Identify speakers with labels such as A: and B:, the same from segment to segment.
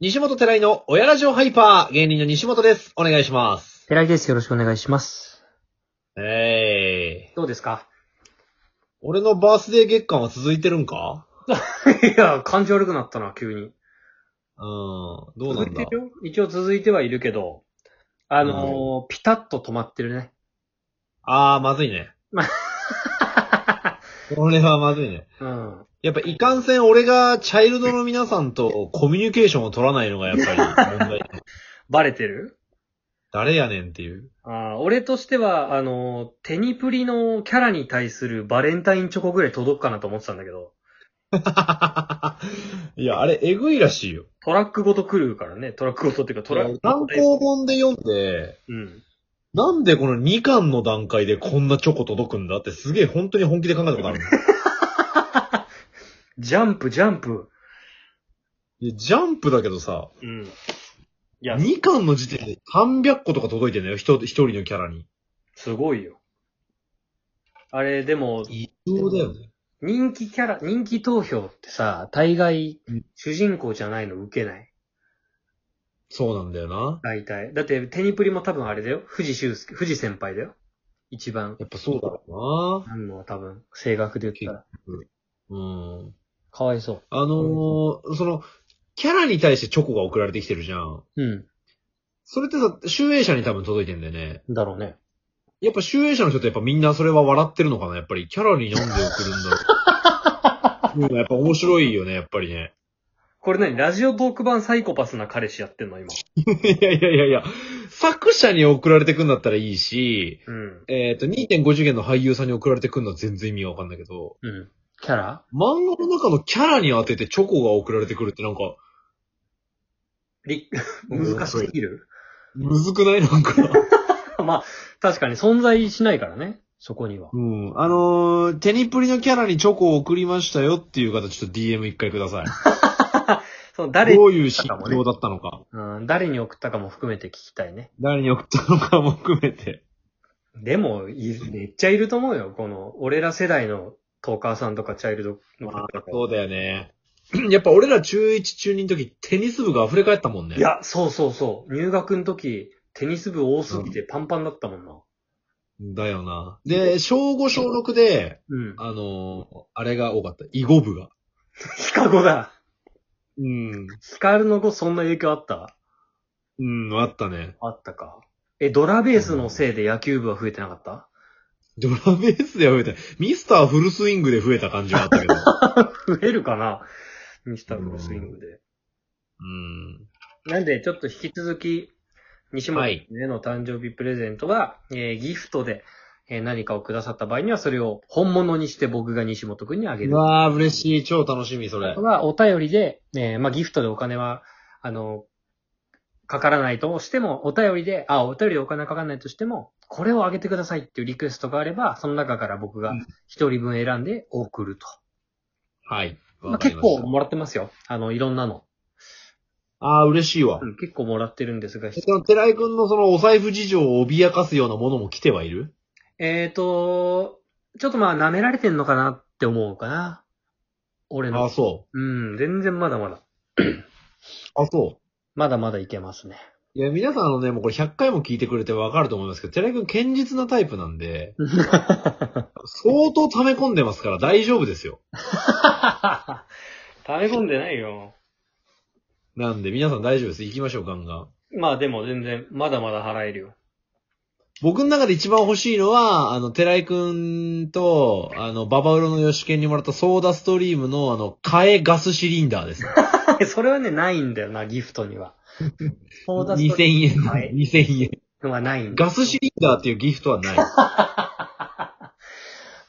A: 西本寺井の親ラジオハイパー、芸人の西本です。お願いします。
B: 寺井です。よろしくお願いします。
A: えー。
B: どうですか
A: 俺のバースデー月間は続いてるんか
B: いや、感じ悪くなったな、急
A: う
B: に。
A: ん。どうなん
B: 続
A: だ
B: いてるよ一応続いてはいるけど、あのーピタッと止まってるね。
A: あー、まずい ね。これはまずいね。
B: うん。
A: やっぱいかんせん俺がチャイルドの皆さんとコミュニケーションを取らないのがやっぱり問 題。
B: バレてる
A: 誰やねんっていう。
B: あー俺としては、あのーテニプリのキャラに対するバレンタインチョコぐらい届くかなと思ってたんだけど、
A: いや、あれ、えぐいらしいよ。
B: トラックごと来るからね、トラックごとっていうかトラック
A: 単行本で読んで、
B: うん。
A: なんでこの2巻の段階でこんなチョコ届くんだってすげえ本当に本気で考えたことある。
B: ジャンプ、ジャンプ。
A: いやジャンプだけどさ、
B: うん。いや、
A: 2巻の時点で300個とか届いてんだよ、一人一人のキャラに。
B: すごいよ。あれ、でも、
A: 異常だよね。
B: 人気キャラ、人気投票ってさ、大概
A: うん、
B: 主人公じゃないの受けない。
A: そうなんだよな。
B: 大体。だって、テニプリも多分あれだよ。藤修介、藤先輩だよ。一番。
A: やっぱそうだろ
B: あんのは多分、声楽で言ったら。
A: うな。うん。
B: かわいそ
A: あのー、その、キャラに対してチョコが送られてきてるじゃん。
B: う。う
A: それってさ、集英社に多分届いてんだよね。
B: ん。だろうね。
A: やっぱ集英社の人ってやっぱみんなそれは笑ってるのかなやっぱりキャラに読んで送るんだ ろう。うんやっぱ面白いよね、やっぱりね。
B: これ何ラジオトーク版サイコパスな彼氏やってんの今。
A: いやいやいやいや、作者に送られてくんだったらいいし、
B: うん。
A: えっ、と、2.5次元の俳優さんに送られてくんのは全然意味がわかんないけど、
B: うん。キャラ
A: 漫画の中のキャラに当ててチョコが送られてくるってなんか、
B: り
A: うん
B: 難しすぎる
A: むずくないなんか。
B: まあ、確かに存在しないからね。そこには。
A: うん。あのー、テニプリのキャラにチョコを送りましたよっていう方、ちょっと DM 一回くだ さい。
B: その誰、
A: どういう心境だったのか、
B: うん、誰に送ったかも含めて聞きたいね。
A: 誰に送ったのかも含めて。
B: でも、いめっちゃいると思うよ。この、俺ら世代のトーカーさんとかチャイルドの方とか
A: そうだよね。 やっぱ俺ら中1中2の時、テニス部が溢れ返ったもんね。
B: い。や、そうそうそう。入学の時、テニス部多すぎてパンパンだったもんな。
A: だよな。で、小5小6で、
B: うん。
A: あのー、あれが多かった。囲碁部が。
B: ヒカゴだ。
A: うん。
B: ヒカルの語そんな影響あった
A: うん、あったね。
B: あったか。え、ドラベースのせいで野球部は増えてなかった、
A: ドラベースでは増えた。ミスターフルスイングで増えた感じはあった けど。
B: 増えるかなミスターフルスイングで。
A: うん。
B: なんで、ちょっと引き続き、西本への誕生日プレゼントは、えーギフトで、えー何かをくださった場合には、それを本物にして僕が西本くんにあげ
A: う
B: る。
A: わー、嬉しい。超楽しみ、それ。
B: は、お便りで、えーまあ、ギフトでお金は、あの、かからないとしても、お便りで、あ、お便りでお金かからないとしても、これをあげてくださいっていうリクエストがあれば、その中から僕が
A: うん
B: 一人分選んで送ると。
A: はい。
B: まあ、
A: わかり
B: 結
A: ま
B: 構
A: した。
B: もらってますよ。あの、いろんなの。
A: あー、嬉しいわ
B: う。ん結構もらってるんですが、
A: えその、寺井くんのそのお財布事情を脅かすようなものも来てはいる
B: えーと、ちょっとまあ舐められてんのかなって思うかな。俺
A: あー、
B: の。
A: そ
B: うん、全然まだまだ。
A: う。あ、そう。
B: まだまだいけます ね。
A: いや、皆さんあのね、もうこれ100回も聞いてくれてわかると思いますけど、寺井くん堅実なタイプなんで、相当溜め込んでますから大丈夫ですよ。
B: 食べ込んでないよ。
A: なんで、皆さん大丈夫です。行きましょう、ガンガン。
B: まあでも全然、まだまだ払えるよ。
A: 僕の中で一番欲しいのは、あの、寺井くんと、あの、ババウロの吉健にもらったソーダストリームの、あの、替えガスシリンダーです。
B: それはね、ないんだよな、ギフトに は。ソーダストリ
A: 2000円。
B: はい
A: 2000円。
B: ームはないんだ。
A: ガスシリンダーっていうギフトはない。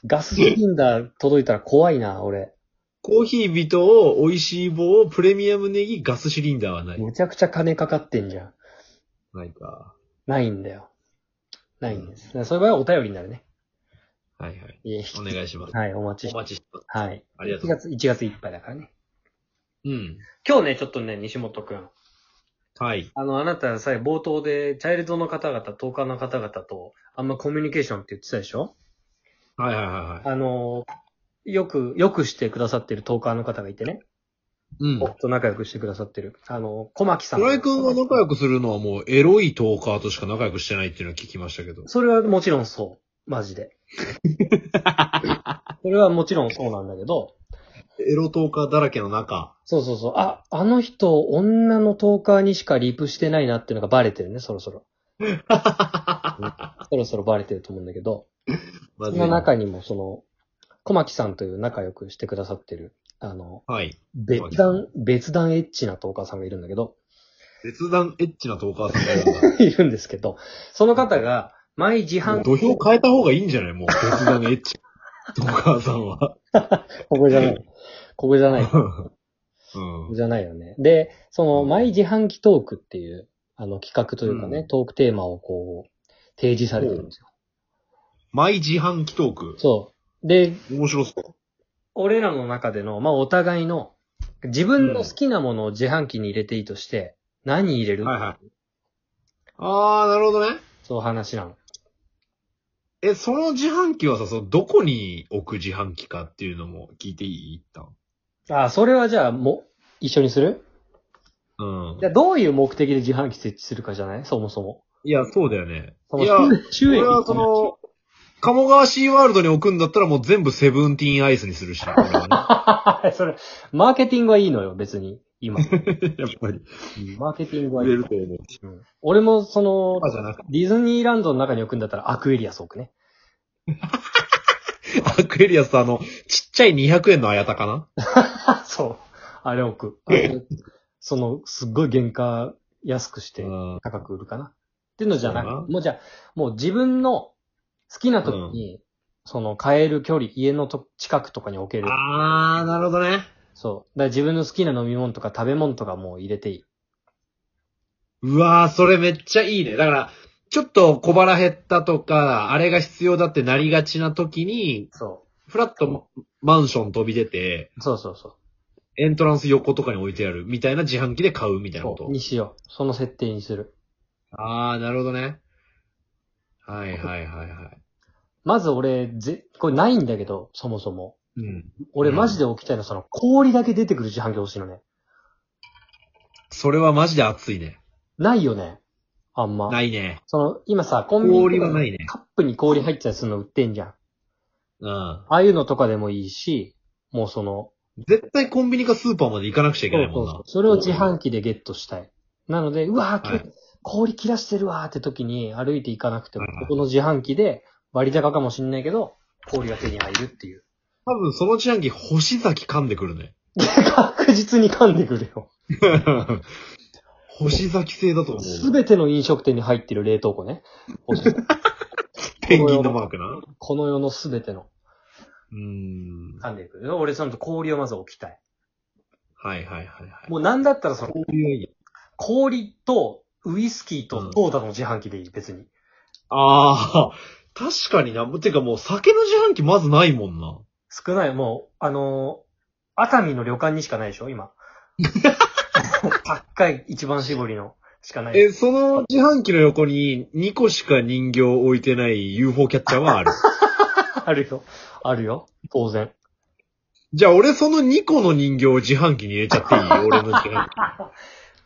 B: ガスシリンダー届いたら怖いな、俺。
A: コーヒービトを、美味しい棒を、プレミアムネギ、ガスシリンダーはない。
B: めちゃくちゃ金かかってんじゃん。
A: ないか。
B: ないんだよ。ないんです。そういう場合はお便りになるね。
A: はいはい。
B: いえ
A: お願いします。
B: はい、お待ち
A: お
B: して。
A: 待ちしてます。
B: はい。
A: ありがと
B: 1
A: うござい
B: 月、1月いっぱいだからね。
A: ます。うん。
B: 今日ね、ちょっとね、西本くん。
A: はい。
B: あの、あなたさえ冒頭で、チャイルドの方々、トーカーの方々と、あんまコミュニケーションって言ってたでしょ
A: はいはいはいは
B: あの、よく、よくしてくださってるトーカーの方がいてね。
A: うん。
B: 僕と仲良くしてくださってる。あの、小牧さん。
A: 寺井くんが仲
B: く
A: 良くするのはもうエロいトーカーとしか仲良くしてないっていうのは聞きましたけど。
B: それはもちろんそう。マジで。 それはもちろんそうなんだけど、
A: エロトーカーだらけの中。
B: そうそうそう。あ、あの人、女のトーカーにしかリプしてないなっていうのがバレてるね、そろそ ろ。そろそろバレてると思うんだけど、
A: ま
B: そ
A: ず
B: の中にもその、小牧さんという仲良くしてくださってる、あの、
A: はい。
B: 別段、別段エッチなトーカーさんがいるんだけど、
A: 別段エッチなトーカーさんがいるんだ。
B: いるんですけど、その方が、毎自
A: もう
B: 販
A: 土俵変えた方がいいんじゃないもう別段エッ チ。トーカーさんは。
B: ここじゃない。ここじゃない。こ
A: うん
B: こ。じゃないよね。で、その、
A: うん
B: 毎自販機トークっていう、あの、企画というかね、
A: うん
B: トークテーマをこう、提示されてるんですよ。
A: マイ自販機トーク。
B: そう。で、
A: 面白そう。
B: 俺らの中での、まあ、お互いの、自分の好きなものを自販機に入れていいとして、何入れる、
A: はいはい。あー、なるほどね。
B: そう話なの。
A: え、その自販機はさ、そのどこに置く自販機かっていうのも聞いていい一旦。
B: あ、それはじゃあ、もう、一緒にする
A: うん
B: じゃ。あ、どういう目的で自販機設置するかじゃないそもそも。
A: いや、そうだよね。
B: その
A: いや、
B: 収益
A: 俺はその、鴨川シーワールドに置くんだったらもう全部セブンティーンアイスにす るし。俺は
B: それ、マーケティングはいいのよ、別に、 今。
A: ねやっぱり、
B: マーケティングは
A: 売
B: いい
A: れ。ると 思う。
B: うん俺も、その、
A: あじゃなくて、
B: ディズニーランドの中に置くんだったら、アクエリアス置くね。
A: アクエリアスとあの、ちっちゃい200円のあやたかな
B: そう。あれ置く。あれその、すっごい原価安くして、
A: ん。
B: 高く売るかな。っていうのじゃな
A: そうだな
B: くもうじゃあもう自分の好きな時に、その、買える距離、家のと近くとかに置ける。
A: あー、なるほどね。
B: そう。だから自分の好きな飲み物とか食べ物とかもう入れていい。
A: うわー、それめっちゃいいね。だから、ちょっと小腹減ったとか、あれが必要だってなりがちな時に、
B: そ
A: フラッとマンション飛び出て、
B: う。そうそうそう。
A: エントランス横とかに置いてあるみたいな自販機で買うみたいなこ
B: そう
A: と。
B: にしよう。その設定にする。
A: あー、なるほどね。はいはいはいはい。
B: まず俺、ぜ、これないんだけど、そもそも。
A: うん。
B: 俺
A: うん
B: マジで置きたいのは、その氷だけ出てくる自販機欲しいのね。
A: それはマジで熱いね。
B: ないよね。あんま。
A: ないね。
B: その、今さ、コンビニ
A: 氷
B: と
A: は
B: か
A: な
B: で
A: いね。
B: カップに氷入ってたりするの売ってんじゃん。あ
A: うん。
B: あいうのとかでもいいし、もうその、
A: 絶対コンビニかスーパーまで行かなくちゃいけ
B: そ
A: ないう
B: そ
A: もん
B: う
A: な。
B: そうそれを自販機でゲットしたい。なので、うわぁ、今日
A: は
B: 氷切らしてるわーって時に歩いていかなくても
A: はいは、い
B: ここの自販機で割高かもしんないけど、氷が手に入るって いう。
A: 多分その自販機星崎噛んでくるね。
B: 確実に噛んでくるよ。
A: 星崎製だと思
B: す
A: う。
B: べての飲食店に入ってる冷凍庫ね。
A: ペンギンのマークな。
B: この世のすべての。
A: うーん。
B: 噛んでいく。俺、その氷をまず置きたい。
A: はいはいはいはい。
B: もうなんだったらその、
A: こういう
B: 氷とウイスキーとソーダの自販機でいい、別に。
A: ああ、確かにな。てかもう酒の自販機まずないもんな。
B: 少ない、もう、あのー熱海の旅館にしかないでし ょ、今。高い一番絞りのしかない。
A: え、その自販機の横に2個しか人形を置いてない UFO キャッチャーはある。
B: あるよ。あるよ。当然。
A: じゃあ俺その2個の人形を自販機に入れちゃっていい俺の自販機。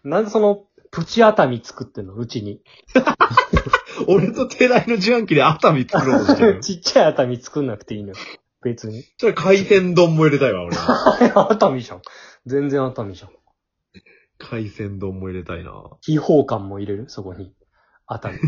B: なんでその、プチ熱海作ってんのうちに。
A: 俺と寺井の自販機で熱海作ろうとしてる。
B: ちっちゃい熱海作んなくていいのよ。別に。
A: それ海鮮丼も入れたいわ、俺。
B: 熱海じゃん。全然熱海じゃん。
A: 海鮮丼も入れたいな。
B: 秘宝感も入れるそこに。熱海。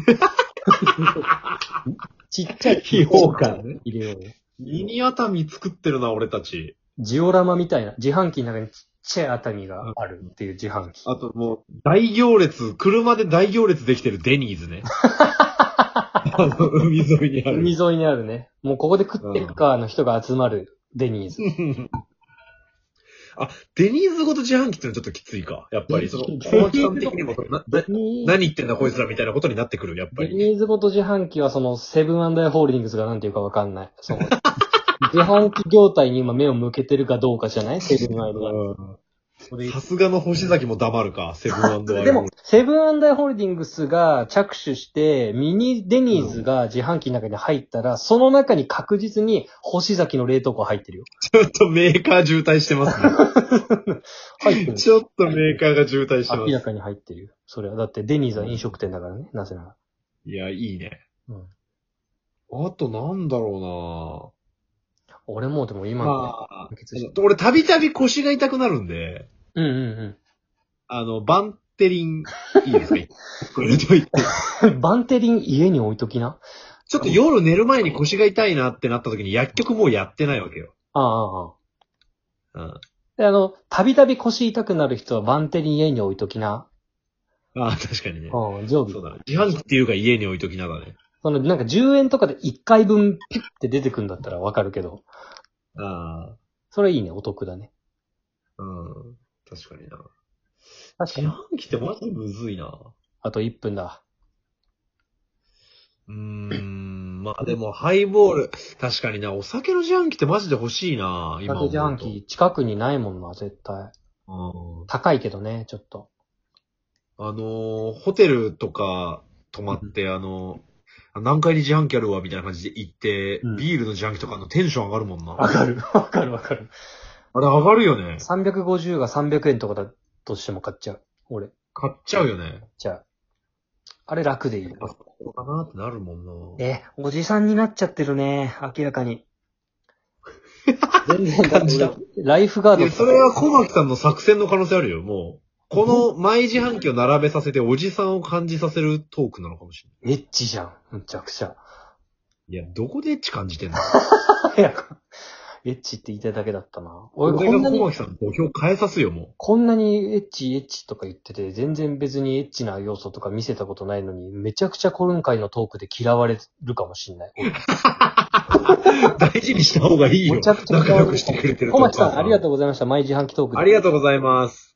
B: ちっちゃい
A: 秘宝館ね
B: 入れようよ。
A: ミニ熱海作ってるな、俺たち。
B: ジオラマみたいな、自販機の中にちっちゃい熱海があるっていう自販機。
A: あともう、大行列、車で大行列できてるデニーズ ね。あの、海沿いにある。
B: 海沿いにあるね。もうここで食ってくかの人が集まるデニーズ。
A: あ、デニーズごと自販機ってのはちょっときついか。やっぱり、その、
B: デニーズ
A: 小脇さん的にも、な、な
B: デニー
A: 何言ってんだこいつらみたいなことになってくる、やっぱ
B: デ
A: り。
B: ニーズごと自販機はそのセブンアンダーホールディングスがなんていうかわかんない。 その自販機業態に今目を向けてるかどうかじゃないセブンアイドが。
A: うん
B: それ
A: さすがの星崎も黙るか、セブンアイル。
B: でも、セブンアンダイホールディングスが着手して、ミニデニーズが自販機の中に入ったら、その中に確実に星崎の冷凍庫入ってるよ。
A: ちょっとメーカー渋滞してますね。
B: 入ってるよ。
A: ちょっとメーカーが渋滞してま
B: 明ら
A: す。
B: かに入ってるよ。それは。だってデニーズは飲食店だからね、なぜなら。
A: いや、いいね。
B: うん。
A: あとなんだろ
B: 俺もうでも
A: うな
B: 今の、ね、
A: まあ、
B: 解決して
A: 俺たびたび腰が痛くなるんで、
B: うんうん
A: あの、バンテリン、いいです かこれといて。
B: うん。バンテリン家に置いときな。
A: ちょっと夜寝る前に腰が痛いなってなった時に薬局もうやってないわけよ。
B: ああ、ああ。
A: うん。
B: で、あの、たびたび腰痛くなる人はバンテリン家に置いときな。
A: ああ、確かにね。
B: うん、常備
A: そう。だね。自販機っていうか家に置いときながらね。
B: その、なんか10円とかで1回分ピュッて出てくんだったらわかるけど、
A: あ
B: それいいね、お得だね。
A: あ、うん。確かにな。
B: 確
A: 自
B: かに。
A: 販機ってマジでむずいな。
B: あと1分だ。
A: うーん。まあでも、ハイボール。確かにな、お酒の自販機ってマジで欲しいな。今
B: 今
A: 思う
B: 自
A: と
B: 販。機近くにないもんな、絶対。
A: うん。
B: 高いけどね、ちょっと。
A: あのーホテルとか泊まって、あのー何階に自販機あるわ、みたいな感じで行って、
B: うん
A: ビールの自販機とかのテンション上がるもんな。
B: わかる、わかる、わかる。
A: あれ上がるよね。
B: 350が300円とかだとしても買っちゃう。俺。
A: 買っちゃうよね。
B: じゃあ。あれ楽でいい。
A: あ、ここかなってなるもんな。
B: え、おじさんになっちゃってるね、明らかに。全然
A: 感じだ。
B: ライフガー
A: い
B: ド。
A: や、それは小牧さんの作戦の可能性あるよ、もう。この毎自販機を並べさせておじさんを感じさせるトークなのかもしれ
B: エッチじゃん。むちゃくちゃ。
A: ない。いや、どこでエッチ感じてんの
B: いやエッチって言いたいだけだったな。俺、
A: 俺
B: こん
A: が
B: な
A: 小
B: に、
A: 牧さんの土俵変えさすよ、も
B: こんなにエッチ、エッチとか言ってて、全然別にエッチな要素とか見せたことないのに、めちゃくちゃ今回のトークで嫌われるかもしんない。
A: う。 大事にした方がいいよ。
B: めちゃくちゃ
A: 仲良くしてくれてる
B: 小牧さん、ありが
A: う。
B: とうございました。毎自販機トークで
A: ありがとうございます。